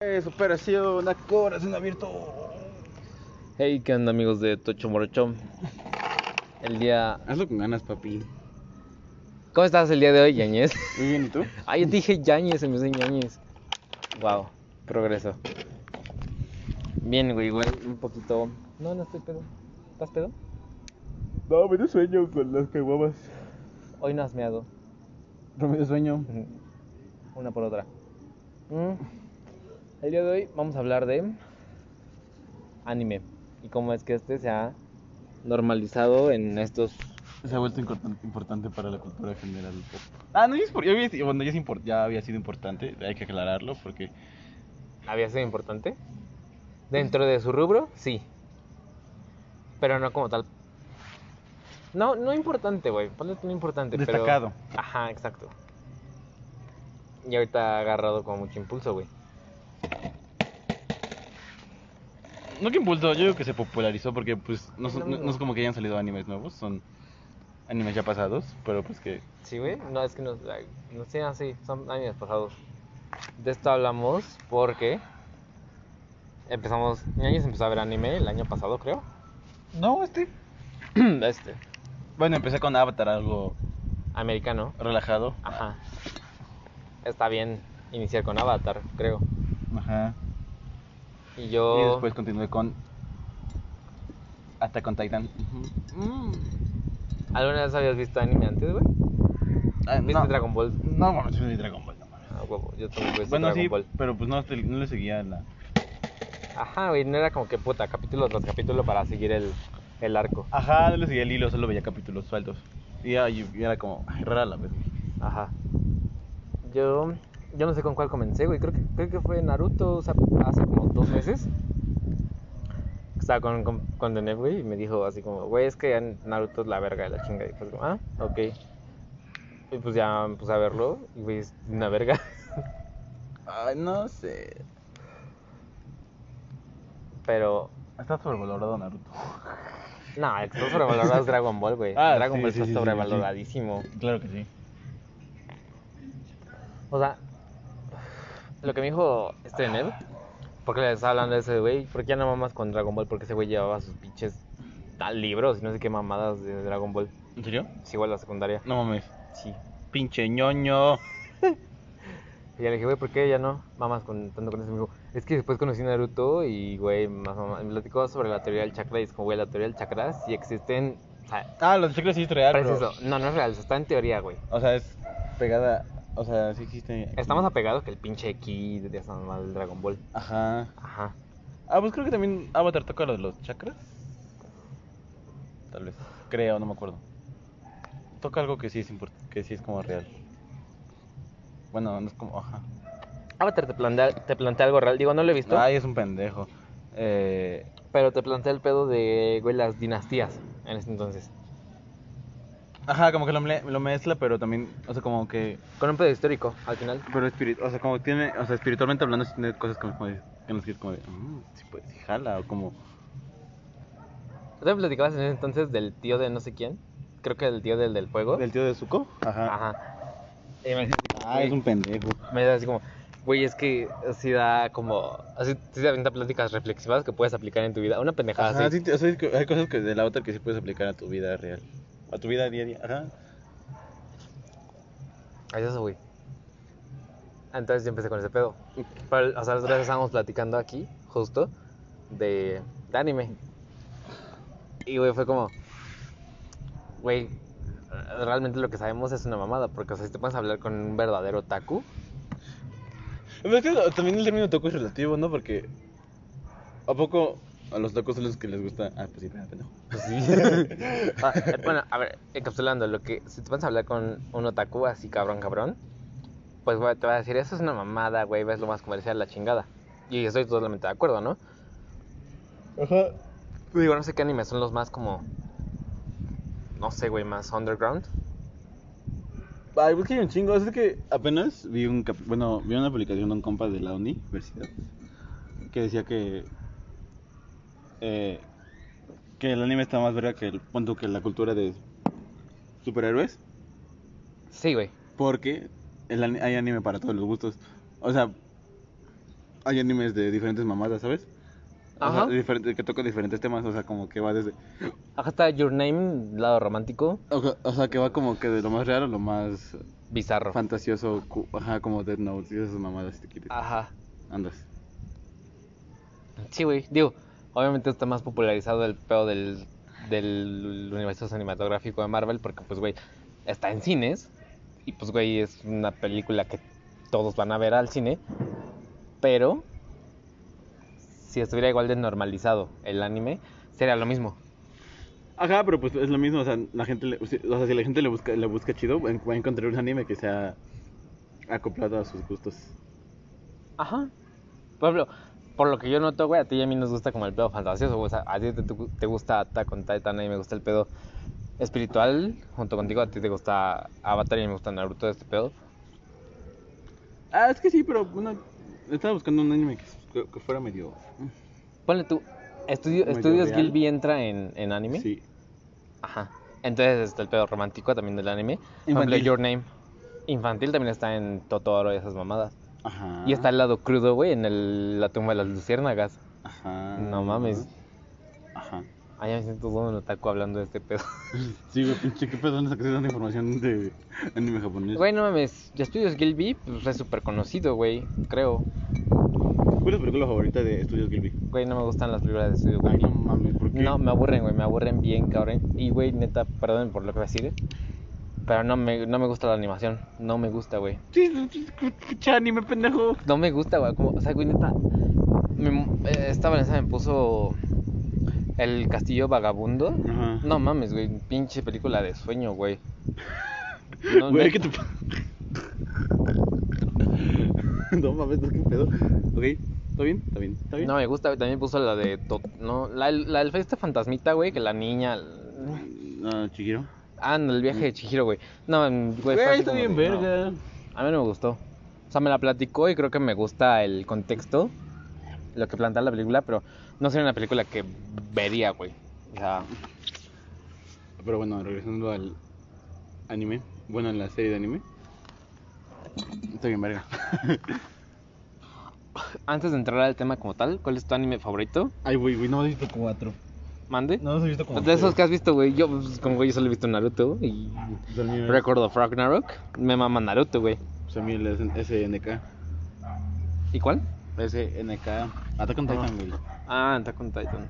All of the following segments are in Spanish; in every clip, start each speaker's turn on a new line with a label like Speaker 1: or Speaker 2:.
Speaker 1: Eh, superación, una corazón abierto.
Speaker 2: Hey, ¿qué onda amigos de Tocho Morocho? El día...
Speaker 1: Hazlo con ganas, papi.
Speaker 2: ¿Cómo estás el día de hoy, Yañez?
Speaker 1: Muy bien, ¿y tú?
Speaker 2: Ah, yo te dije Yañez, empecé en Yañez. Wow, progreso. Bien, güey, güey, un poquito... No, no estoy pedo. ¿Estás pedo?
Speaker 1: No, me dio sueño con las caguamas.
Speaker 2: Hoy no has meado.
Speaker 1: No me dio sueño.
Speaker 2: Una por otra. Mm. El día de hoy vamos a hablar de anime y cómo es que este se ha normalizado en estos...
Speaker 1: Se ha vuelto incortan- importante para la cultura general. Ah, no, ya es por- ya había, bueno, ya, es impor- ya había sido importante, hay que aclararlo porque...
Speaker 2: ¿Había sido importante? Dentro de su rubro, sí. Pero no como tal. No, no importante, güey. Ponle tú no importante. pero-
Speaker 1: Destacado.
Speaker 2: Ajá, exacto. Y ahorita ha agarrado con mucho impulso, güey.
Speaker 1: No que impulsó, yo digo que se popularizó porque pues no, son-
Speaker 2: Lo
Speaker 1: no-
Speaker 2: mismo.
Speaker 1: no es como que hayan salido animes nuevos, son animes ya pasados, pero pues que...
Speaker 2: Sí, güey. No, es que no, ay, no sé, así. Son años pasados. De esto hablamos porque empezamos. Ñañez empezó a ver anime el año pasado, creo.
Speaker 1: No, este...
Speaker 2: Este.
Speaker 1: Bueno, empecé con Avatar, algo
Speaker 2: Americano.
Speaker 1: relajado.
Speaker 2: Ajá. Está bien iniciar con Avatar, creo.
Speaker 1: Ajá.
Speaker 2: Y
Speaker 1: Y
Speaker 2: yo.
Speaker 1: después continué con Attack on Titan. Ujú.
Speaker 2: Mm. ¿Alguna vez habías visto anime antes, güey?
Speaker 1: Ah,
Speaker 2: ¿Viste Dragon Ball?
Speaker 1: No, bueno, yo vi Dragon Ball, no mames.
Speaker 2: Ah, huevo, yo tampoco he visto
Speaker 1: Bueno,
Speaker 2: Dragon
Speaker 1: sí,
Speaker 2: Ball.
Speaker 1: pero pues no, te- no le seguía la...
Speaker 2: Ajá, güey, no era como que puta, capítulo tras capítulo para seguir el, el arco.
Speaker 1: Ajá, no le seguía el hilo, solo veía capítulos sueltos. Y, ya- y- y era como, ay, rara la vez.
Speaker 2: Ajá. Yo. Yo no sé con cuál comencé, güey. Creo que, creo que fue Naruto o sea, hace como dos meses. Estaba con, con, con Deneb, güey, y me dijo así como, güey, es que Naruto es la verga de la chinga. Y pues, como, ah, ok. Y pues ya me puse a verlo, y güey, es una verga.
Speaker 1: Ay, no sé.
Speaker 2: Pero
Speaker 1: Está sobrevalorado Naruto.
Speaker 2: No, el que está sobrevalorado es Dragon Ball, güey.
Speaker 1: Ah,
Speaker 2: Dragon
Speaker 1: sí,
Speaker 2: Ball
Speaker 1: sí,
Speaker 2: está
Speaker 1: sí, sí,
Speaker 2: sobrevaloradísimo.
Speaker 1: Claro que sí.
Speaker 2: O sea, lo que me dijo este Ned, porque le estaba hablando de ese güey, porque ya no mamas con Dragon Ball, porque ese güey llevaba sus pinches tal libros y no sé qué mamadas de Dragon Ball.
Speaker 1: ¿En serio?
Speaker 2: Es igual la secundaria.
Speaker 1: No mames.
Speaker 2: Sí.
Speaker 1: Pinche ñoño.
Speaker 2: Y ya le dije, güey, ¿por qué ya no mamas con, tanto con ese amigo? Es que después conocí a Naruto y, güey, más mamá, me platicó sobre la teoría del chakra y es como, güey, la teoría del chakra sí existen. O sea,
Speaker 1: Ah, los chicles sí es real, pero...
Speaker 2: preciso. No, no es real, está en teoría, güey.
Speaker 1: O sea, es pegada... O sea, sí existe...
Speaker 2: Estamos apegados que el pinche ki de esa mamada del Dragon Ball.
Speaker 1: Ajá.
Speaker 2: Ajá.
Speaker 1: Ah, pues creo que también Avatar toca lo de los chakras. Tal vez. Creo, no me acuerdo. Toca algo que sí es import- que sí es como real. Bueno, no es como, ajá.
Speaker 2: Avatar te plantea, te plantea algo real. Digo, no lo he visto,
Speaker 1: Ay, es un pendejo. Eh,
Speaker 2: pero te plantea el pedo de, güey, las dinastías en ese entonces.
Speaker 1: ajá, como que lo, mle- lo mezcla, pero también, o sea, como que
Speaker 2: Con un pedo histórico, al final.
Speaker 1: pero espirit, o sea, como tiene, o sea, espiritualmente hablando sí tiene cosas como, como de- que nos como de, "Mm, sí pues, sí jala o como
Speaker 2: ¿Tú me platicabas en ese entonces del tío de no sé quién? Creo que el tío del del fuego.
Speaker 1: del tío de Zuko. Ajá.
Speaker 2: Ajá. Y me,
Speaker 1: Ah, es un pendejo.
Speaker 2: me da así como, güey, es que así da como, así sí te avienta pláticas reflexivas que puedes aplicar en tu vida. Una pendejada
Speaker 1: Ajá,
Speaker 2: así.
Speaker 1: Ah, sí, te- o sea, es que hay cosas que del avatar que sí puedes aplicar a tu vida real. A tu vida diaria. Ajá.
Speaker 2: Ahí es eso, güey. Entonces yo empecé con ese pedo. Pero, o sea, las veces estábamos platicando aquí, justo, de, de anime. Y, güey, fue como, güey, realmente lo que sabemos es una mamada, porque, o sea, si te pones a hablar con un verdadero taku,
Speaker 1: Pero es que lo- también el término toco es relativo, ¿no? Porque. ¿A poco a los tacos son los que les gusta? Ah, pues sí, espera, pendejo.
Speaker 2: pues sí. Ah, bueno, a ver, encapsulando, lo que, si te pones a hablar con un otaku así, cabrón, cabrón, pues, güey, te va a decir, eso es una mamada, güey, ves lo más comercial, la chingada. Y estoy totalmente de acuerdo, ¿no?
Speaker 1: Ajá.
Speaker 2: Digo, no sé qué animes son los más como. No sé, güey, más underground.
Speaker 1: Ay, pues que hay un chingo. Es que apenas vi un. cap- Bueno, vi una publicación de un compa de la universidad que decía que. eh, que el anime está más verga que el. Punto que la cultura de superhéroes.
Speaker 2: Sí, güey.
Speaker 1: Porque el ani- hay anime para todos los gustos. O sea, hay animes de diferentes mamadas, ¿sabes? O sea,
Speaker 2: Ajá.
Speaker 1: diferente- que toca diferentes temas, o sea, como que va desde...
Speaker 2: Acá está Your Name, lado romántico,
Speaker 1: O, ca- o sea, que va como que de lo más real a lo más
Speaker 2: bizarro.
Speaker 1: fantasioso, cu- ajá, como Dead Note y esas mamadas, si te quieres.
Speaker 2: Ajá.
Speaker 1: Andas.
Speaker 2: Sí, güey. Digo, obviamente está más popularizado el pedo del, del universo cinematográfico de Marvel porque, pues, güey, está en cines. Y, pues, güey, es una película que todos van a ver al cine. Pero, si estuviera igual de normalizado el anime, sería lo mismo.
Speaker 1: Ajá, pero pues es lo mismo, o sea, la gente le- o sea, si la gente le busca, le busca chido, en- va a encontrar un anime que sea acoplado a sus gustos.
Speaker 2: Ajá. Por ejemplo, por lo que yo noto, güey, a ti y a mí nos gusta como el pedo fantasioso, güey. O sea, a ti te, te gusta Attack on Titan, a mí me gusta el pedo espiritual. Junto contigo, a ti te gusta Avatar y a mí me gusta Naruto, este pedo.
Speaker 1: Ah, es que sí, pero bueno, estaba buscando un anime que, que fuera medio...
Speaker 2: Ponle tú, estudio,
Speaker 1: Medio
Speaker 2: Estudios
Speaker 1: real.
Speaker 2: Gilby entra en, en anime.
Speaker 1: Sí.
Speaker 2: Ajá. Entonces está el pedo romántico también del anime. Por
Speaker 1: Infantil.
Speaker 2: ejemplo, Your Name. Infantil también está en Totoro y esas mamadas.
Speaker 1: Ajá.
Speaker 2: Y está el lado crudo, güey, en el- la tumba de las luciérnagas.
Speaker 1: Ajá.
Speaker 2: No mames.
Speaker 1: Ajá.
Speaker 2: Ay, ya me siento todo un otaku hablando de este pedo.
Speaker 1: Sí, güey, pinche, qué pedo, ¿dónde sacaste tanta información de anime japonés?
Speaker 2: Güey, no mames, Estudios Gilby pues, es súper conocido, güey, creo.
Speaker 1: ¿Cuál es tu película favorita de Estudios Gilby?
Speaker 2: Güey, no me gustan las películas de Estudios
Speaker 1: Ay,
Speaker 2: Gilby.
Speaker 1: no mames, ¿por qué?
Speaker 2: No, me aburren, güey, me aburren bien, cabrón. Y, güey, neta, perdón por lo que voy a decir, ¿eh? pero no me, no me gusta la animación. No me gusta, güey.
Speaker 1: Sí, sí, escucha anime, pendejo.
Speaker 2: No me gusta, güey, como, o sea, güey, neta. me- eh, esta Vanessa me puso El Castillo Vagabundo.
Speaker 1: Ajá.
Speaker 2: No mames, güey, pinche película de sueño, güey. No,
Speaker 1: Güey,
Speaker 2: neta.
Speaker 1: ¿qué te pa- No mames, ¿qué pedo? Ok, ¿está bien? ¿Está bien? ¿Está bien?
Speaker 2: No me gusta, güey. También puso la de. To- no, la, la del Festa Fantasmita, güey, que la niña.
Speaker 1: No, chiquiro.
Speaker 2: Ah, no, el viaje de Chihiro, güey. No, mm,
Speaker 1: Pues,
Speaker 2: güey. fue así como de, no. A mí no me gustó. O sea, me la platicó y creo que me gusta el contexto, lo que plantea la película, pero no sería una película que vería, güey. O sea,
Speaker 1: Pero bueno, regresando al anime, bueno, a la serie de anime. Está bien, verga.
Speaker 2: antes de entrar al tema como tal, ¿cuál es tu anime favorito?
Speaker 1: Ay, güey, güey, no he visto cuatro.
Speaker 2: Mande.
Speaker 1: No los he visto como
Speaker 2: de esos que has visto, güey. Yo, pues, como güey, yo solo he visto Naruto y
Speaker 1: Record.
Speaker 2: Record of Ragnarok. Me mama Naruto, güey.
Speaker 1: Pues a mí el SNK.
Speaker 2: ¿Y cuál?
Speaker 1: SNK. Attack on Titan, güey.
Speaker 2: Ah, está con Titan.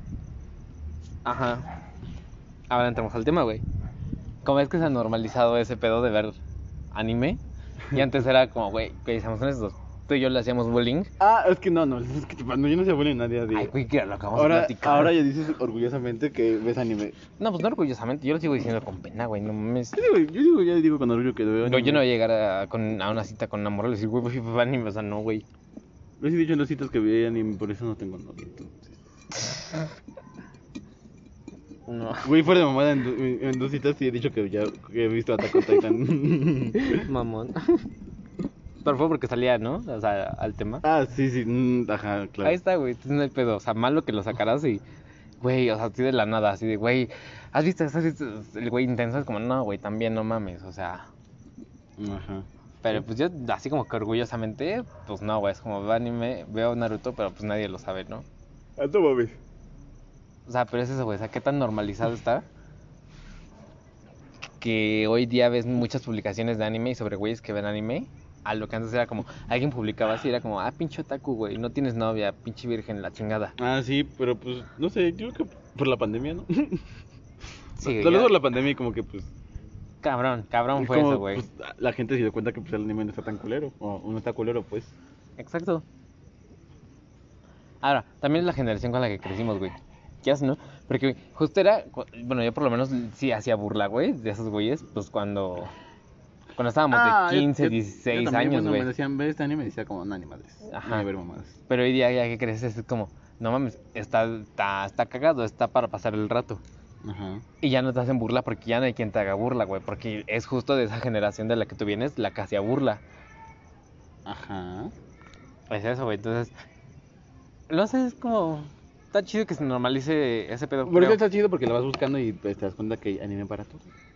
Speaker 2: Ajá. Ahora entramos al tema, güey. Como es que se ha normalizado ese pedo de ver anime? Y antes era como, güey, que seamos honestos. Tú y yo le hacíamos bullying.
Speaker 1: Ah, es que no, no, es que no, yo no se vuelve nadie a
Speaker 2: Ay,
Speaker 1: día.
Speaker 2: güey, que era lo acabamos de
Speaker 1: Ahora,
Speaker 2: platicar.
Speaker 1: ahora ya dices orgullosamente que ves anime.
Speaker 2: No, pues no orgullosamente, yo lo sigo diciendo con pena, güey, no mames.
Speaker 1: Yo digo, yo digo, ya digo con orgullo que veo
Speaker 2: No,
Speaker 1: anime.
Speaker 2: yo no voy a llegar a, con- a una cita con una morra y decir, güey, güey, güey, anime, o sea, no, güey.
Speaker 1: Les he dicho en los sitios que vi anime, por eso no tengo novio. entonces.
Speaker 2: No.
Speaker 1: Güey, fuera de mamada, en, du- en dos citas sí he dicho que ya que he visto Attack on Titan.
Speaker 2: Mamón. Pero fue porque salía, ¿no? O sea, al tema.
Speaker 1: ah, sí, sí, mm, ajá, claro.
Speaker 2: Ahí está, güey, entonces no hay pedo. O sea, malo que lo sacarás y, güey, o sea, así de la nada, así de, güey, ¿has visto? esto? ¿Has visto? esto?". El güey intenso es como, no, güey, también no mames, o sea.
Speaker 1: Ajá.
Speaker 2: Pero pues yo, así como que orgullosamente, pues no, güey, es como veo anime, veo Naruto, pero pues nadie lo sabe, ¿no?
Speaker 1: Ah, no mames.
Speaker 2: O sea, pero es eso, güey, o sea, qué tan normalizado está que hoy día ves muchas publicaciones de anime y sobre güeyes que ven anime. A lo que antes era como, alguien publicaba así, era como, ah, pinche otaku, güey, no tienes novia, pinche virgen, la chingada.
Speaker 1: Ah, sí, pero pues, no sé, yo creo que por la pandemia, ¿no?
Speaker 2: Sí,
Speaker 1: Tal vez
Speaker 2: ya-
Speaker 1: por la pandemia y como que pues...
Speaker 2: Cabrón, cabrón fue
Speaker 1: como,
Speaker 2: eso, güey.
Speaker 1: pues, la gente se dio cuenta que pues el anime no está tan culero, o no está culero, pues.
Speaker 2: Exacto. Ahora, también es la generación con la que crecimos, güey. Ya sé, ¿no? Porque güey, justo era, cu- bueno, yo por lo menos sí hacía burla, güey, de esos güeyes, pues cuando cuando estábamos
Speaker 1: Ah,
Speaker 2: de 15, 16 años,
Speaker 1: Me
Speaker 2: güey.
Speaker 1: decían, ve este anime, y decía como, no, ni madres,
Speaker 2: Ajá.
Speaker 1: no voy a ver mamadas.
Speaker 2: Pero hoy día ya que creces es como, no mames, está, está, está cagado, está para pasar el rato.
Speaker 1: Ajá.
Speaker 2: Y ya no te hacen burla porque ya no hay quien te haga burla, güey, porque es justo de esa generación de la que tú vienes la que hacía burla.
Speaker 1: Ajá.
Speaker 2: Pues eso, güey, entonces. No sé, es como. Está chido que se normalice ese pedo.
Speaker 1: Por eso
Speaker 2: creo.
Speaker 1: está chido porque la vas buscando y pues, te das cuenta que hay anime para todo.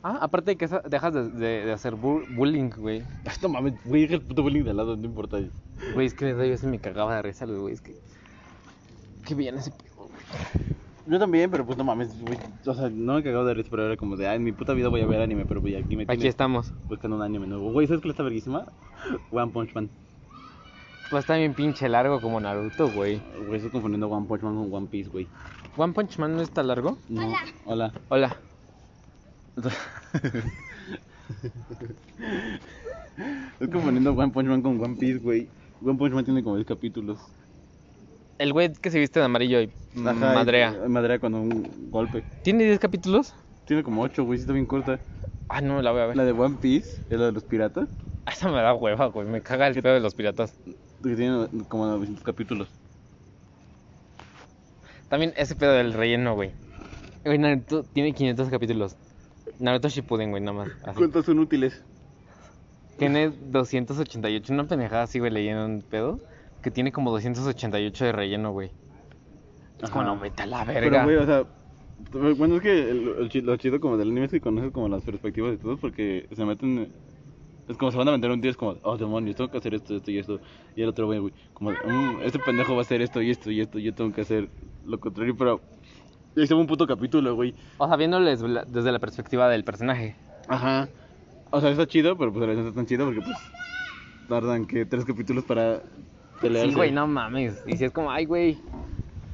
Speaker 2: Ah, aparte de que esa- dejas de, de- de hacer bu- bullying, güey.
Speaker 1: Ay, Ah, no mames, güey, deja el puto bullying de lado, no importa.
Speaker 2: Güey, es que neta, yo se me cagaba de risa, güey. Es que. Qué bien ese pedo, güey.
Speaker 1: Yo también, pero pues no mames, güey. O sea, no me cagaba de risa, pero era como de, ah, en mi puta vida voy a ver anime, pero güey, aquí me
Speaker 2: Aquí
Speaker 1: tienes
Speaker 2: estamos.
Speaker 1: buscando un anime nuevo. Güey, ¿sabes cuál está verguísima? One Punch Man.
Speaker 2: Pues está bien pinche largo como Naruto, güey.
Speaker 1: Güey, estoy confundiendo One Punch Man con One Piece, güey.
Speaker 2: ¿One Punch Man no está largo?
Speaker 1: No, hola.
Speaker 2: Hola.
Speaker 1: Estoy confundiendo One Punch Man con One Piece, güey. One Punch Man tiene como 10 capítulos.
Speaker 2: El güey que se viste de amarillo y
Speaker 1: Ajá, y-
Speaker 2: Mm,
Speaker 1: eh,
Speaker 2: madrea.
Speaker 1: Madrea con un golpe.
Speaker 2: ¿Tiene 10 capítulos?
Speaker 1: Tiene como 8, güey, sí está bien corta.
Speaker 2: Ah, no, la voy a ver.
Speaker 1: La de One Piece, es la de los piratas,
Speaker 2: Ah, Esa me da hueva, güey. Me caga el pedo de los piratas.
Speaker 1: que tiene como 900 capítulos.
Speaker 2: También ese pedo del relleno, güey. Güey, Naruto tiene 500 capítulos. Naruto Shippuden, güey, nada más. así.
Speaker 1: ¿Cuántos son útiles?
Speaker 2: Tiene 288. Una pendejada así, güey, leyendo un pedo. Que tiene como 288 de relleno, güey. Es como,
Speaker 1: Ajá.
Speaker 2: no, meta la
Speaker 1: Pero,
Speaker 2: verga.
Speaker 1: güey, o sea, bueno, es que el- el chi- lo chido como del anime es que conoces como las perspectivas de todos porque se meten. Es como se van a meter un día, es como, oh demonios, tengo que hacer esto, esto y esto. Y el otro, güey, güey, como, "Mm, este pendejo va a hacer esto y esto y esto, yo tengo que hacer lo contrario, pero. Y ahí se va un puto capítulo, güey.
Speaker 2: O sea, viéndolo desde la- desde la perspectiva del personaje.
Speaker 1: Ajá. O sea, está chido, pero pues a veces no está tan chido porque, pues, tardan que tres capítulos para pelearse.
Speaker 2: Sí, güey, no mames. Y si es como, ay, güey,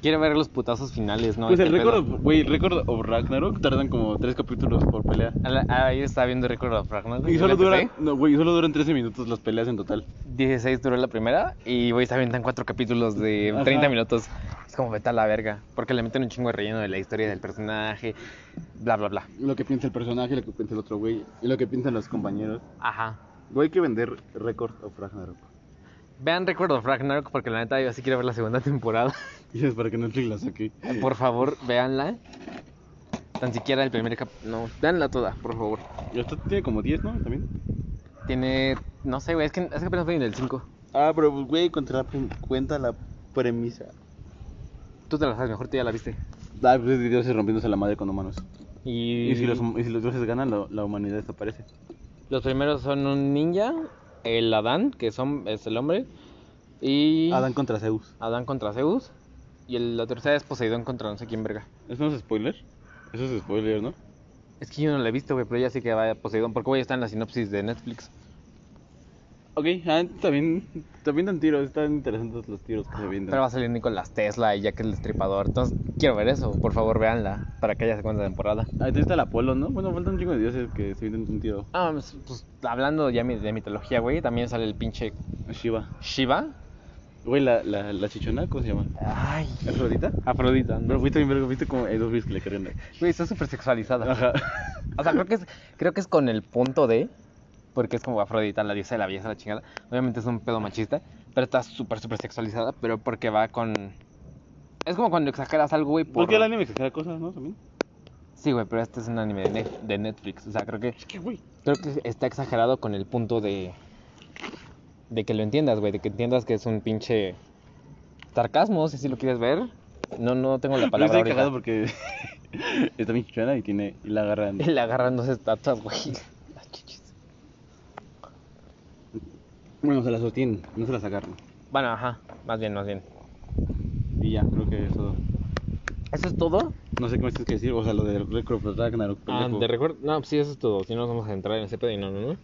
Speaker 2: quiero ver los putazos finales, ¿no?
Speaker 1: Pues el
Speaker 2: Este pedo.
Speaker 1: récord, güey, el récord o Ragnarok tardan como tres capítulos por pelea.
Speaker 2: A la- Ahí estaba viendo Record of Ragnarok.
Speaker 1: Y
Speaker 2: yo
Speaker 1: solo
Speaker 2: la
Speaker 1: dura,
Speaker 2: empecé.
Speaker 1: no, güey, solo duran 13 minutos las peleas en total.
Speaker 2: 16 duró la primera y, güey, se avientan cuatro capítulos de
Speaker 1: Ajá.
Speaker 2: 30 minutos. Es como, vete a la verga. Porque le meten un chingo de relleno de la historia del personaje, bla, bla, bla.
Speaker 1: Lo que piensa el personaje, lo que piensa el otro güey, y lo que piensan los compañeros.
Speaker 2: Ajá.
Speaker 1: Güey, hay que vender Record of Ragnarok.
Speaker 2: Vean Record of Ragnarok porque la neta yo sí quiero ver la segunda temporada.
Speaker 1: Y es para que Netflix la saque.
Speaker 2: Por favor, véanla. Tan siquiera el primer cap... No, véanla toda, por favor.
Speaker 1: Y esto tiene como 10, ¿no? También.
Speaker 2: Tiene... No sé, güey, es que, es que apenas voy en el 5.
Speaker 1: Ah, pero pues, güey, contra la pre- cuenta la premisa.
Speaker 2: Tú te la sabes, mejor tú ya la viste.
Speaker 1: Ah, pues es dioses rompiéndose la madre con humanos.
Speaker 2: Y,
Speaker 1: Y, si, los, hum- y si los dioses ganan, lo- la humanidad desaparece.
Speaker 2: los primeros son un ninja, el Adán, que son, es el hombre, y
Speaker 1: Adán contra Zeus.
Speaker 2: Adán contra Zeus, y el- la tercera es Poseidón contra no sé quién verga.
Speaker 1: ¿Eso no es spoiler? Eso es spoiler, ¿no?
Speaker 2: Es que yo no la he visto, güey, pero ya sé que va Poseidón, porque güey está en la sinopsis de Netflix.
Speaker 1: Ok, ah, también, también dan tiros, están interesantes los tiros que se vienen.
Speaker 2: Pero va a salir Nicolás Tesla y Jack el Destripador, entonces quiero ver eso, por favor véanla, para que haya segunda temporada.
Speaker 1: Ahí está el Apolo, ¿no? Bueno, faltan un chingo de dioses que se vienen un tiro.
Speaker 2: Ah, pues, pues, hablando ya mi- de mitología, güey, también sale el pinche
Speaker 1: Shiva.
Speaker 2: Shiva.
Speaker 1: Güey, la, la, la chichona, ¿cómo se llama?
Speaker 2: Ay,
Speaker 1: ¿Afrodita?
Speaker 2: Afrodita, ¿no?
Speaker 1: Pero fuiste bien verga, viste como hay dos videos que le cargan.
Speaker 2: Güey, está súper sexualizada.
Speaker 1: Ajá.
Speaker 2: O sea, creo que es, creo que es con el punto de, porque es como Afrodita, la diosa de la belleza, la chingada. Obviamente es un pedo machista, pero está súper, súper sexualizada, pero porque va con... Es como cuando exageras algo, güey, por...
Speaker 1: ¿Por qué el anime exagera cosas, no? También.
Speaker 2: Sí, güey, pero este es un anime de, Net- de Netflix. O sea, creo que,
Speaker 1: Es que, güey.
Speaker 2: creo que está exagerado con el punto de... De que lo entiendas, güey, de que entiendas que es un pinche sarcasmo, si así lo quieres ver. No, no tengo la
Speaker 1: Pero
Speaker 2: palabra
Speaker 1: está bien
Speaker 2: ahorita.
Speaker 1: cagado porque está bien chichona y tiene y la agarran.
Speaker 2: Él agarrándose estatuas, güey. Las chichis.
Speaker 1: Bueno, se la sostienen, no se las agarran.
Speaker 2: Bueno, ajá, más bien, más bien.
Speaker 1: Y ya, creo que eso.
Speaker 2: ¿Eso es todo?
Speaker 1: No sé qué me tienes que decir, o sea, lo de Record of Ragnarok.
Speaker 2: Ah,
Speaker 1: pendejo.
Speaker 2: de recuerdo. No, sí, eso es todo. Si no, nos vamos a entrar en ese pedo y no, no, no.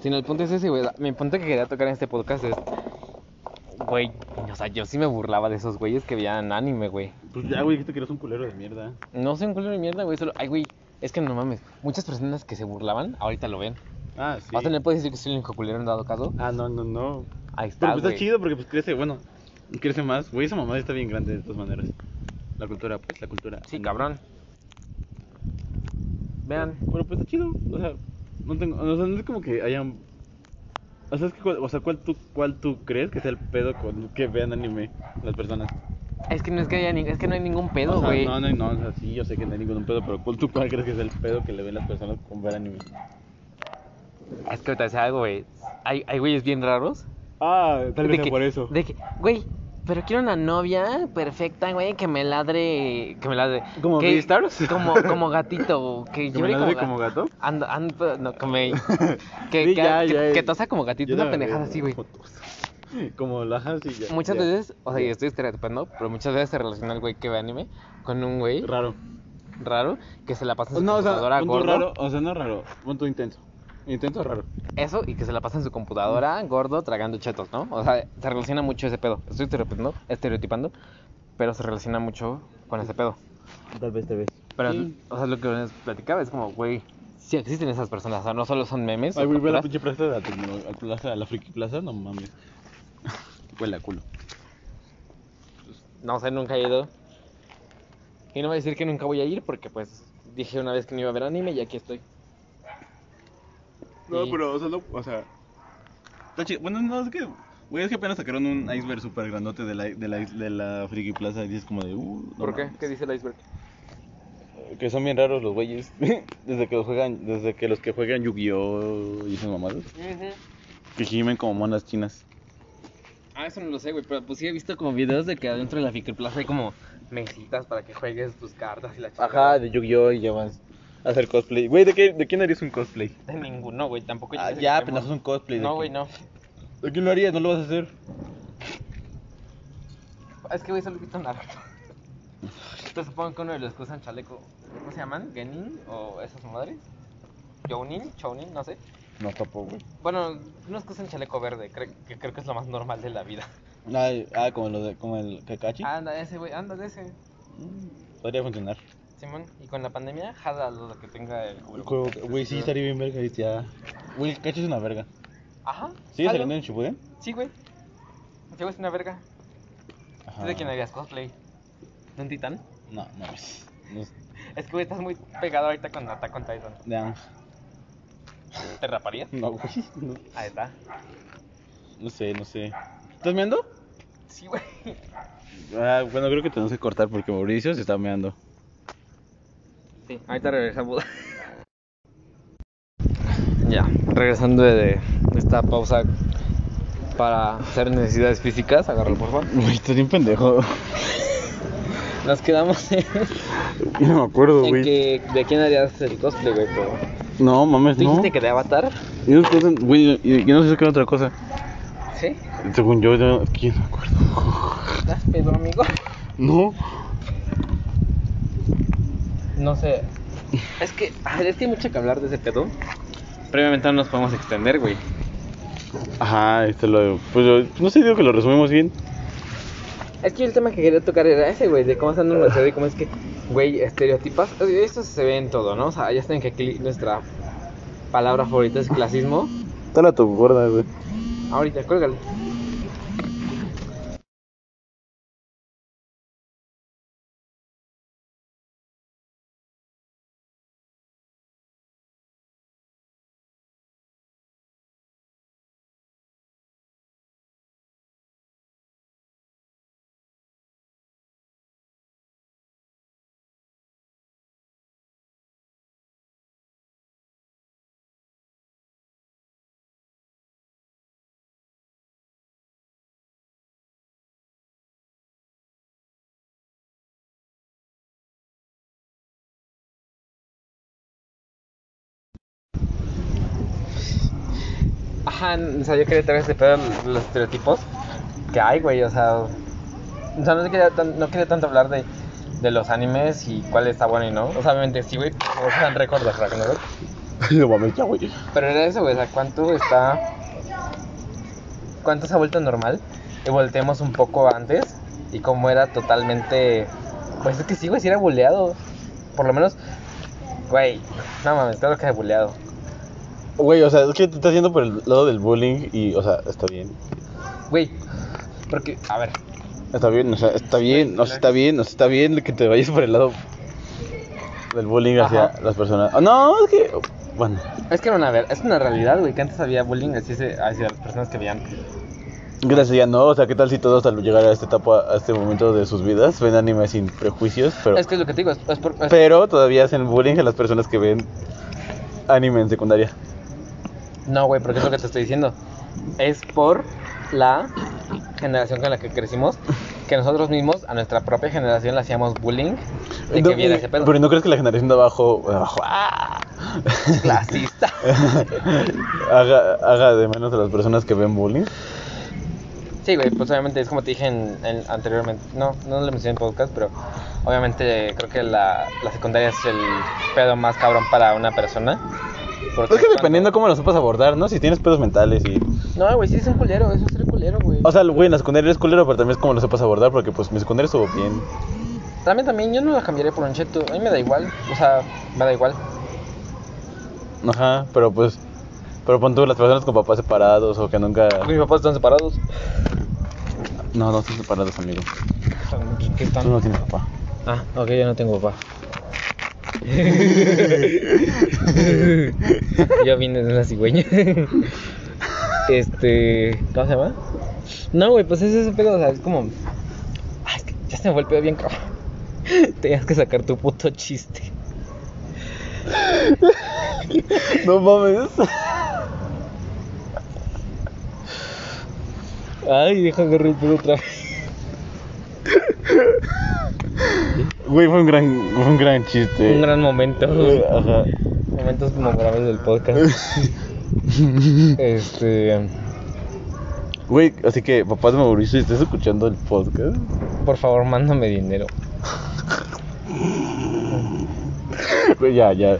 Speaker 2: Sino el punto es ese, güey. Mi punto que quería tocar en este podcast es. Güey, o sea, yo sí me burlaba de esos güeyes que veían anime, güey.
Speaker 1: Pues ya, güey, dijiste que eres un culero de mierda.
Speaker 2: No sé un culo de mierda, güey. Solo. Ay, güey. Es que no mames. Muchas personas que se burlaban, ahorita lo ven.
Speaker 1: Ah, sí.
Speaker 2: O sea, no puedes decir que soy el único culero en dado caso.
Speaker 1: Ah, no, no, no.
Speaker 2: Ahí está.
Speaker 1: Pero pues
Speaker 2: güey.
Speaker 1: está chido porque pues crece, bueno, crece más. Güey, esa mamada está bien grande de todas maneras. La cultura, pues, la cultura.
Speaker 2: Sí, cabrón. Vean.
Speaker 1: Pero pues está chido, o sea, no tengo, o sea, no es como que hayan... O sea, es que, cuál- o sea, ¿cuál tú, cuál tú crees que sea el pedo con que vean anime las personas?
Speaker 2: Es que no es que haya ni... es que no hay ningún
Speaker 1: O
Speaker 2: pedo,
Speaker 1: sea,
Speaker 2: güey.
Speaker 1: no, no, no, o sea, sí, yo sé que no hay ningún pedo, pero ¿cuál tú cuál crees que es el pedo que le ven las personas con ver anime?
Speaker 2: Es que te decía algo, güey. Hay, hay güeyes bien raros.
Speaker 1: Ah,
Speaker 2: de que, De que, güey, pero quiero una novia perfecta, güey, que me ladre, que me ladre.
Speaker 1: ¿Como
Speaker 2: que-
Speaker 1: Beastars?
Speaker 2: Como, como gatito, que
Speaker 1: ¿Que me
Speaker 2: llore
Speaker 1: ladre como gato?
Speaker 2: Ando, ando, no, que me... Que,
Speaker 1: Sí,
Speaker 2: que,
Speaker 1: ya,
Speaker 2: que-
Speaker 1: ya,
Speaker 2: que
Speaker 1: ya.
Speaker 2: tosa como gatito,
Speaker 1: Yo
Speaker 2: una
Speaker 1: la
Speaker 2: pendejada
Speaker 1: veo,
Speaker 2: así, güey.
Speaker 1: fotos. Como lajas y ya.
Speaker 2: Muchas
Speaker 1: ya.
Speaker 2: veces, o sea, y estoy estereotipando, pero muchas veces se relaciona el güey que ve anime con un güey
Speaker 1: Raro.
Speaker 2: raro que se la pasa en su
Speaker 1: No, o sea,
Speaker 2: computadora
Speaker 1: punto
Speaker 2: gordo.
Speaker 1: raro. O sea, no raro. Punto intenso. Intento raro.
Speaker 2: Eso, y que se la pasa en su computadora gordo tragando chetos, ¿no? O sea, se relaciona mucho ese pedo. Estoy estereotipando, estereotipando pero se relaciona mucho con ese pedo.
Speaker 3: Tal vez, tal vez.
Speaker 2: Pero,
Speaker 1: Sí.
Speaker 2: o sea, lo que les platicaba es como, güey, sí existen esas personas, o sea, no solo son memes. o
Speaker 1: Ay, güey, ve la
Speaker 2: capturas.
Speaker 1: pinche plaza de la tecnología. Plaza, la friki plaza, no mames. Huele a culo. pues
Speaker 2: No sé, nunca he ido. Y no voy a decir que nunca voy a ir porque pues dije una vez que no iba a ver anime y aquí estoy.
Speaker 1: No,
Speaker 2: Sí.
Speaker 1: pero, o sea, no, o sea. Está chido. Bueno, no, es que. Güey, es que apenas sacaron un iceberg súper grandote de la, de, la, de la Friki Plaza y dices como de. Uh, no
Speaker 2: ¿Por qué?
Speaker 1: mames.
Speaker 2: ¿Qué dice el iceberg?
Speaker 1: Que son bien raros los güeyes. desde que los juegan, desde que los que juegan Yu-Gi-Oh! y esas mamadas. Que gimen como monas chinas.
Speaker 2: Ah, eso no lo sé, güey, pero pues sí he visto como videos de que adentro de la Ficre Plaza hay como mesitas para que juegues tus cartas y la chingada.
Speaker 1: de Yu-Gi-Oh! y ya vas a hacer cosplay. Güey, ¿de, qué, ¿de quién harías un cosplay?
Speaker 2: De ninguno, güey, tampoco
Speaker 1: Ah,
Speaker 2: llegues a
Speaker 1: ya,
Speaker 2: extremos.
Speaker 1: pendejo, es un cosplay. ¿de
Speaker 2: No,
Speaker 1: quién?
Speaker 2: güey, no.
Speaker 1: ¿De quién lo harías? No lo vas a hacer.
Speaker 2: Es que, güey, solo he visto Naruto. Entonces supongo que uno de los que usan chaleco, ¿cómo se llaman? ¿Genin? ¿O esas madres? ¿Jounin? ¿Chounin? No sé.
Speaker 1: No, tampoco, güey.
Speaker 2: Bueno, unos que usan chaleco verde, creo, que creo que es lo más normal de la vida.
Speaker 1: Ay, ah, como, lo de, como el Kakashi.
Speaker 2: Anda de ese, güey, anda de ese.
Speaker 1: Podría funcionar.
Speaker 2: Simón, y con la pandemia, jala lo que tenga el
Speaker 1: Güey,
Speaker 2: cubrebocas.
Speaker 1: güey, sí, estaría bien verga. viste, Ya. Güey, el Kakashi es una verga.
Speaker 2: Ajá.
Speaker 1: ¿Sigue
Speaker 2: jalo.
Speaker 1: saliendo en Shippuden?
Speaker 2: Sí, güey. Ese güey es una verga. ¿Tú de quién harías cosplay? ¿De un titán?
Speaker 1: No, mames. No es-
Speaker 2: Es que, güey, estás muy pegado ahorita con Attack on Titan.
Speaker 1: de Ang.
Speaker 2: ¿Te raparías?
Speaker 1: No, güey. No,
Speaker 2: Ahí está.
Speaker 1: no sé, no sé. ¿Estás meando?
Speaker 2: Sí, güey.
Speaker 1: Ah, bueno, creo que tenemos que cortar porque Mauricio se está meando.
Speaker 2: Sí, ahorita regresamos. Ya, regresando de, de esta pausa para hacer necesidades físicas, agárralo por favor.
Speaker 1: Güey, estás bien pendejo.
Speaker 2: Nos quedamos en,
Speaker 1: No me acuerdo,
Speaker 2: en
Speaker 1: güey.
Speaker 2: que de quién harías el cosplay, güey, pero...
Speaker 1: No, mames,
Speaker 2: ¿Tú
Speaker 1: no.
Speaker 2: dijiste que de Avatar?
Speaker 1: Yo, no sé- güey, yo- yo no sé qué era otra cosa.
Speaker 2: Sí.
Speaker 1: Según yo, yo ¿quién me acuerdo?
Speaker 2: ¿Estás pedo, Ah, amigo?
Speaker 1: No.
Speaker 2: No sé. Es que, a ver, es que hay mucho que hablar de ese pedo. Previamente no nos podemos extender, güey.
Speaker 1: Ajá, este lo. Pues yo- no sé, digo que lo resumimos bien.
Speaker 2: Es que el tema que quería tocar era ese, güey, de cómo se anda en la ciudad y cómo es que, güey, estereotipas. eh, Esto se ve en todo, ¿no? O sea, ya saben que aquí nuestra palabra favorita es clasismo.
Speaker 1: Tala tu gorda, güey.
Speaker 2: Ahorita, cuélgale. Ajá, n- o sea, yo quería traer ese pedo de los estereotipos que hay, güey, o sea. O sea, no quería, tan- no quería tanto hablar de, de los animes y cuál está bueno y no. O sea, obviamente sí, güey, porque dan récord de Ragnarok.
Speaker 1: No mames, ya, güey.
Speaker 2: Pero era eso, güey, o sea, ¿cuánto está. cuánto se ha vuelto normal? Y volteamos un poco antes y cómo era totalmente. Pues es que sí, güey, sí era buleado. Por lo menos, güey, no mames, claro que era buleado.
Speaker 1: Güey, o sea, es que te estás yendo por el lado del bullying y, o sea, está bien.
Speaker 2: Güey, porque, a ver,
Speaker 1: Está bien, o sea, está bien, o sea, está bien, o sea, está bien que te vayas por el lado del bullying hacia
Speaker 2: Ajá.
Speaker 1: las personas. Ah, no, es que, bueno,
Speaker 2: Es que era una, ver- es una realidad, güey, que antes había bullying así se- hacia las personas que veían.
Speaker 1: gracias ya no, o sea, ¿qué tal si todos al llegar a esta etapa, a este momento de sus vidas, ven anime sin prejuicios, pero,
Speaker 2: Es que es lo que te digo, es, es por- es-
Speaker 1: pero todavía hacen bullying a las personas que ven anime en secundaria?
Speaker 2: No, güey, porque es lo que te estoy diciendo. Es por la generación con la que crecimos, que nosotros mismos, a nuestra propia generación, le hacíamos bullying de
Speaker 1: No,
Speaker 2: que viera
Speaker 1: y-
Speaker 2: ese pedo.
Speaker 1: Pero no crees que la generación de abajo, de abajo, ¡ah!
Speaker 2: Clasista.
Speaker 1: haga, haga de menos a las personas que ven bullying.
Speaker 2: Sí, güey, pues obviamente es como te dije en, en- anteriormente, no, no lo mencioné en podcast, pero obviamente creo que la, la secundaria es el pedo más cabrón para una persona. porque
Speaker 1: Es que
Speaker 2: cuando-
Speaker 1: dependiendo cómo lo sepas abordar, ¿no? Si tienes pedos mentales y...
Speaker 2: No, güey, sí es un culero, eso es ser culero, güey.
Speaker 1: O sea, güey, en la secundaria es culero, pero también es como lo sepas abordar, porque pues mi secundaria estuvo bien.
Speaker 2: También, también, yo no la cambiaré por un cheto, a mí me da igual, o sea, me da igual.
Speaker 1: Ajá, pero pues... Pero pon tú las personas con papás separados o que nunca...
Speaker 2: Mis papás están separados.
Speaker 1: No, no están separados, amigo.
Speaker 2: ¿Qué
Speaker 1: Tú no tienes papá.
Speaker 2: Ah, ok, yo no tengo papá. yo vine de una cigüeña. este. ¿Cómo se llama? No, güey, pues ese es el pedo, o sea, es como. Ay, es que ya se me fue el pedo bien cabrón. Tenías que sacar tu puto chiste.
Speaker 1: No mames.
Speaker 2: Ay, deja agarrar el pedo otra vez.
Speaker 1: Güey, fue un gran, fue un gran chiste.
Speaker 2: Un gran momento.
Speaker 1: Ajá.
Speaker 2: Momentos como graves del podcast. Este.
Speaker 1: Güey, así que, papás de Mauricio, ¿estás escuchando el podcast?
Speaker 2: Por favor, mándame dinero.
Speaker 1: Güey, ya, ya.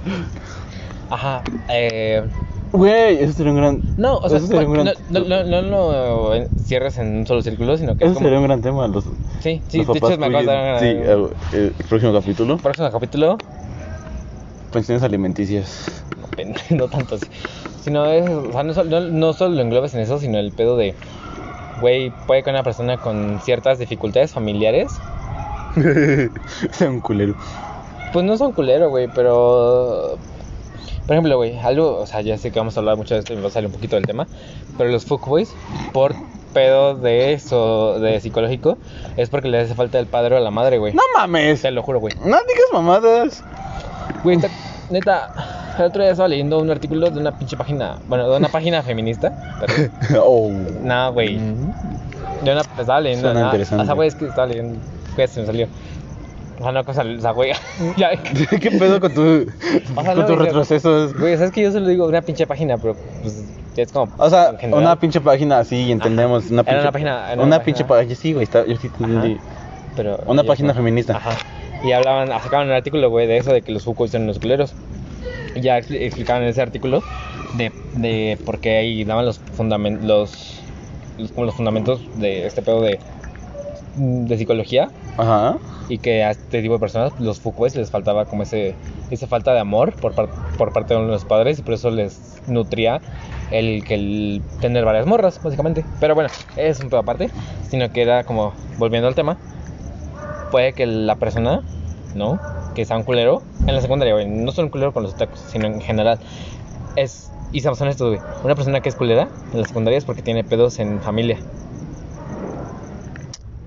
Speaker 2: Ajá, eh.
Speaker 1: Güey, eso sería un gran...
Speaker 2: No, o sea,
Speaker 1: eso sería un gran...
Speaker 2: no, no, no, no lo eh, cierres en un solo círculo, sino que es
Speaker 1: Eso
Speaker 2: como...
Speaker 1: sería un gran tema. Los,
Speaker 2: Sí, sí,
Speaker 1: los
Speaker 2: de hecho
Speaker 1: papás
Speaker 2: me acabas de
Speaker 1: cuiden-
Speaker 2: dar
Speaker 1: Sí, eh, eh, el próximo capítulo.
Speaker 2: próximo capítulo,
Speaker 1: Pensiones alimenticias.
Speaker 2: no, pen- no tanto así, sino es, o sea, no, sol- no- no solo lo englobes en eso, sino el pedo de, güey, puede que una persona con ciertas dificultades familiares,
Speaker 1: sea un culero.
Speaker 2: pues no son culero, güey, pero... Por ejemplo, güey, algo, o sea, ya sé que vamos a hablar mucho de esto y me va a salir un poquito del tema, pero los fuckboys, por pedo de eso, de psicológico, es porque le hace falta el padre o la madre, güey.
Speaker 1: No mames.
Speaker 2: Te lo juro, güey.
Speaker 1: No digas mamadas.
Speaker 2: Güey, neta- neta, el otro día estaba leyendo un artículo de una pinche página, bueno, de una página feminista, perdón.
Speaker 1: Oh.
Speaker 2: No, güey. Yo no pues, estaba leyendo.
Speaker 1: Suena
Speaker 2: nada.
Speaker 1: interesante.
Speaker 2: O sea, güey, es que estaba leyendo. Güey, se me salió. O sea, no, cosa, o sea, güey. ya,
Speaker 1: ¿Qué pedo con, tu,
Speaker 2: Ojalá,
Speaker 1: con tus
Speaker 2: güey,
Speaker 1: retrocesos?
Speaker 2: güey, sabes que yo solo digo una pinche página, pero pues es como.
Speaker 1: O sea,
Speaker 2: en general.
Speaker 1: una pinche página así, entendemos.
Speaker 2: Ajá.
Speaker 1: Una
Speaker 2: Era
Speaker 1: pinche,
Speaker 2: una página- era
Speaker 1: una
Speaker 2: una
Speaker 1: pinche
Speaker 2: página.
Speaker 1: página. Sí, güey, está- yo sí te entendí.
Speaker 2: pero
Speaker 1: Una
Speaker 2: yo
Speaker 1: página
Speaker 2: no.
Speaker 1: feminista.
Speaker 2: Ajá. Y hablaban, sacaban un artículo, güey, de eso, de que los fucos son los culeros. Y Ya expli- explicaban en ese artículo de, de por qué ahí daban los, fundamen- los, los, como los fundamentos de este pedo de, mm, de psicología
Speaker 1: Ajá.
Speaker 2: y que a este tipo de personas, los fucos, les faltaba como ese esa falta de amor por, par- por parte de los padres y por eso les nutría el que el tener varias morras, básicamente. Pero bueno, es un pedo aparte, sino que era como, volviendo al tema, puede que la persona, ¿no? Que sea un culero, en la secundaria, güey, no solo un culero con los tacos, sino en general, es, y seamos honestos, güey, una persona que es culera en la secundaria es porque tiene pedos en familia.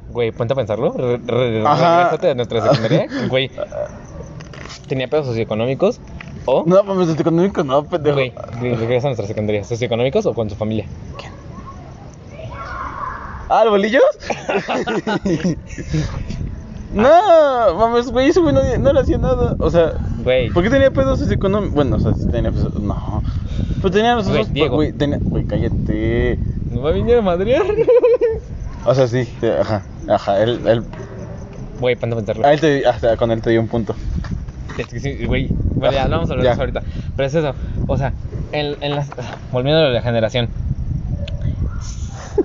Speaker 2: Güey, ponte a pensarlo. Re re-
Speaker 1: Ajá.
Speaker 2: regrésate a nuestra secundaria. Güey, tenía pedos socioeconómicos o.
Speaker 1: No, pues, mames, el económico no, pendejo.
Speaker 2: Güey, re- regresa a nuestra secundaria. ¿Socioeconómicos o con tu familia?
Speaker 1: ¿Ah, los bolillos? no, mames, güey, eso güey no, no le hacía nada. O sea,
Speaker 2: Güey,
Speaker 1: ¿por qué tenía pedos económicos? Bueno, o sea, sí tenía pedos. No. Pero tenía los
Speaker 2: Güey,
Speaker 1: otros.
Speaker 2: Diego.
Speaker 1: Güey, tenía. Güey, cállate.
Speaker 2: no va a venir a madrear.
Speaker 1: O sea, sí, te- ajá. Ajá, él. él
Speaker 2: Güey, ponte a pensarlo.
Speaker 1: a él te, hasta con él te dio un punto.
Speaker 2: Es que sí, güey. Bueno, ya, no vamos a hablar
Speaker 1: Ya.
Speaker 2: de eso ahorita. Pero es eso. O sea, en, en las, volviendo a la generación.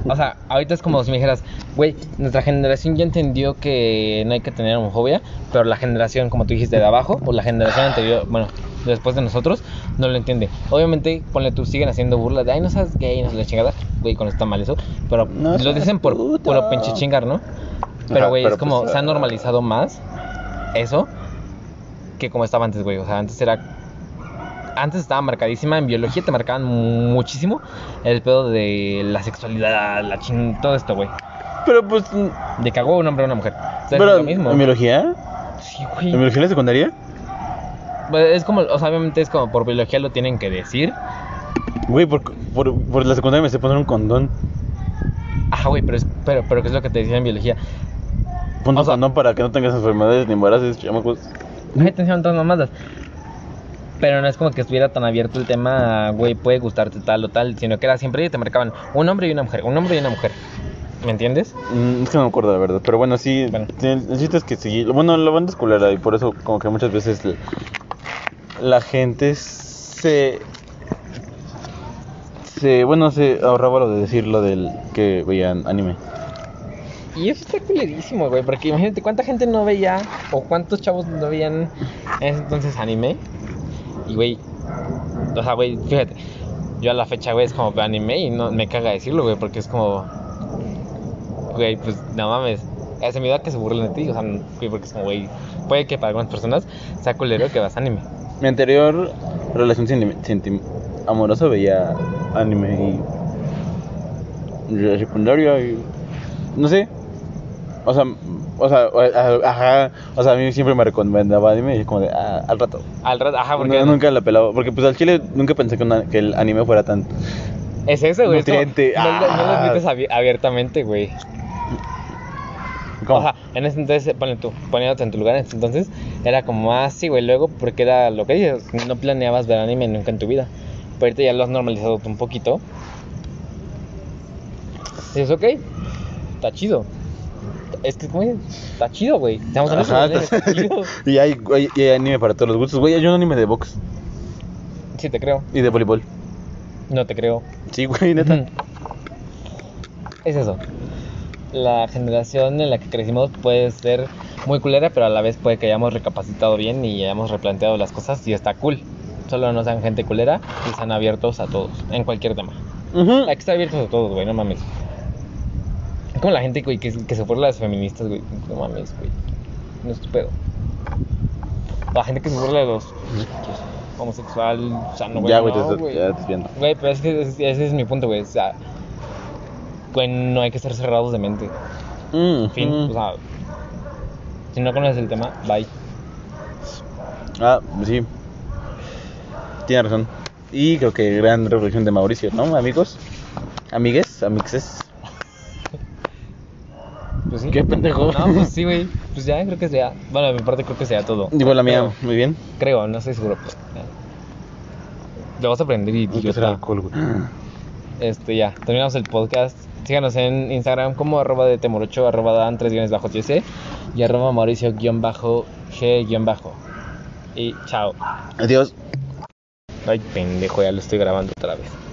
Speaker 2: O sea, ahorita es como si me dijeras, güey, nuestra generación ya entendió que no hay que tener homofobia, pero la generación, como tú dijiste, de abajo, o la generación anterior, bueno, después de nosotros, no lo entiende. Obviamente, ponle tú, siguen haciendo burla de, ay, no sabes gay, no sé la chingada, güey, cuando está mal eso, pero
Speaker 1: No
Speaker 2: lo
Speaker 1: seas
Speaker 2: dicen por
Speaker 1: puto.
Speaker 2: puro pinche chingar, ¿no? Pero,
Speaker 1: Ajá,
Speaker 2: güey,
Speaker 1: pero
Speaker 2: es como,
Speaker 1: pues,
Speaker 2: se ha
Speaker 1: ah.
Speaker 2: normalizado más eso que como estaba antes, güey. O sea, antes era. Antes estaba marcadísima. En biología te marcaban mu- muchísimo el pedo de la sexualidad, la ching. Todo esto, güey.
Speaker 1: Pero pues.
Speaker 2: De cagó un hombre a una mujer. O sea, es
Speaker 1: Pero,
Speaker 2: lo mismo.
Speaker 1: ¿En biología?
Speaker 2: Sí,
Speaker 1: ¿En
Speaker 2: güey.
Speaker 1: biología en la secundaria?
Speaker 2: Pues Es como, o sea, obviamente es como por biología lo tienen que decir.
Speaker 1: Güey, por, por, por la secundaria me sé poner un condón.
Speaker 2: Ajá, güey, pero, es, pero, pero ¿qué es lo que te decía en biología?
Speaker 1: Punto
Speaker 2: O sea-
Speaker 1: no para que no tengas enfermedades ni embarazos, chamacos.
Speaker 2: Ay, atención a todas mamadas. Pero no es como que estuviera tan abierto el tema, güey, puede gustarte tal o tal, sino que era siempre te marcaban un hombre y una mujer, un hombre y una mujer. ¿Me entiendes?
Speaker 1: Mm, Es que no me acuerdo, la verdad. Pero bueno, sí.
Speaker 2: Bueno.
Speaker 1: sí, El el chiste es que sí. Bueno, la banda es culera y por eso, como que muchas veces l- la gente se. Se, bueno, se ahorraba lo de decir lo del que veían anime.
Speaker 2: Y eso está culerísimo, güey, porque imagínate cuánta gente no veía o cuántos chavos no veían en ese entonces anime. Y, güey, o sea, güey, fíjate, yo a la fecha, güey, es como veo anime y no me caga decirlo, güey, porque es como, güey, pues no mames, eh, se me da que se burlen de ti, o sea, n- güey, porque es como, güey, puede que para algunas personas sea culero que veas anime.
Speaker 1: Mi anterior relación senti- senti- amorosa veía anime y. y la secundaria y. No sé. O sea, o sea, o- a- ajá. O sea, a mí siempre me recomendaba anime y como de, "Ah, al rato.
Speaker 2: Al rato, ajá, porque
Speaker 1: No, nunca la pelaba, porque pues al chile nunca pensé que, una- que el anime fuera tan...
Speaker 2: es eso, güey. es como-
Speaker 1: Nutriente,
Speaker 2: No, lo- no lo
Speaker 1: ah.
Speaker 2: admites abi- abiertamente, güey.
Speaker 1: ¿Cómo?
Speaker 2: O sea, en ese entonces, ponle tú, poniéndote en tu lugar, en ese entonces era como así, güey. Luego, porque era lo que dices, no planeabas ver anime nunca en tu vida. Pero ahorita ya lo has normalizado un poquito. Y dices, ok, está chido. Es que, güey, está chido, güey. Estamos en
Speaker 1: Ajá,
Speaker 2: eso, ¿eh?
Speaker 1: está-
Speaker 2: está chido.
Speaker 1: y, hay, hay- y hay anime para todos los gustos, güey, hay un anime de box
Speaker 2: Sí, te creo.
Speaker 1: y de voleibol.
Speaker 2: No te creo.
Speaker 1: Sí, güey, neta.
Speaker 2: Es eso. La generación en la que crecimos puede ser muy culera, pero a la vez puede que hayamos recapacitado bien y hayamos replanteado las cosas y está cool. Solo no sean gente culera y sean abiertos a todos, en cualquier tema.
Speaker 1: Ujú.
Speaker 2: Hay que estar abiertos a todos, güey, no mames. Es como la gente, güey, que, que se burla de las feministas, güey. No mames, güey. No es tu pedo. La gente que se burla de los homosexual, sano, güey.
Speaker 1: ya, güey, te
Speaker 2: no,
Speaker 1: estás- ya te estás viendo.
Speaker 2: Güey, pero es que ese, ese es mi punto, güey. O sea, güey, no hay que ser cerrados de mente.
Speaker 1: Mm,
Speaker 2: Fin.
Speaker 1: mm.
Speaker 2: O sea, si no conoces el tema, bye.
Speaker 1: Ah, sí. Tiene razón. Y creo que gran reflexión de Mauricio, ¿no, amigos? Amigues, amixes.
Speaker 2: Pues sí.
Speaker 1: Qué pendejo.
Speaker 2: No, pues sí, güey. Pues ya, creo que sea. Bueno, de mi parte creo que sea todo.
Speaker 1: Digo la mía,
Speaker 2: Creo,
Speaker 1: muy bien.
Speaker 2: creo, no estoy seguro. Pues. Lo vas a aprender y,
Speaker 1: Y
Speaker 2: yo
Speaker 1: que será alcohol, güey.
Speaker 2: Este, ya, terminamos el podcast. Síganos en Instagram como arroba de temorocho, arroba dan tres guiones bajo TS y arroba mauricio guión bajo g guión bajo. Y chao.
Speaker 1: Adiós.
Speaker 2: Ay, pendejo, ya lo estoy grabando otra vez.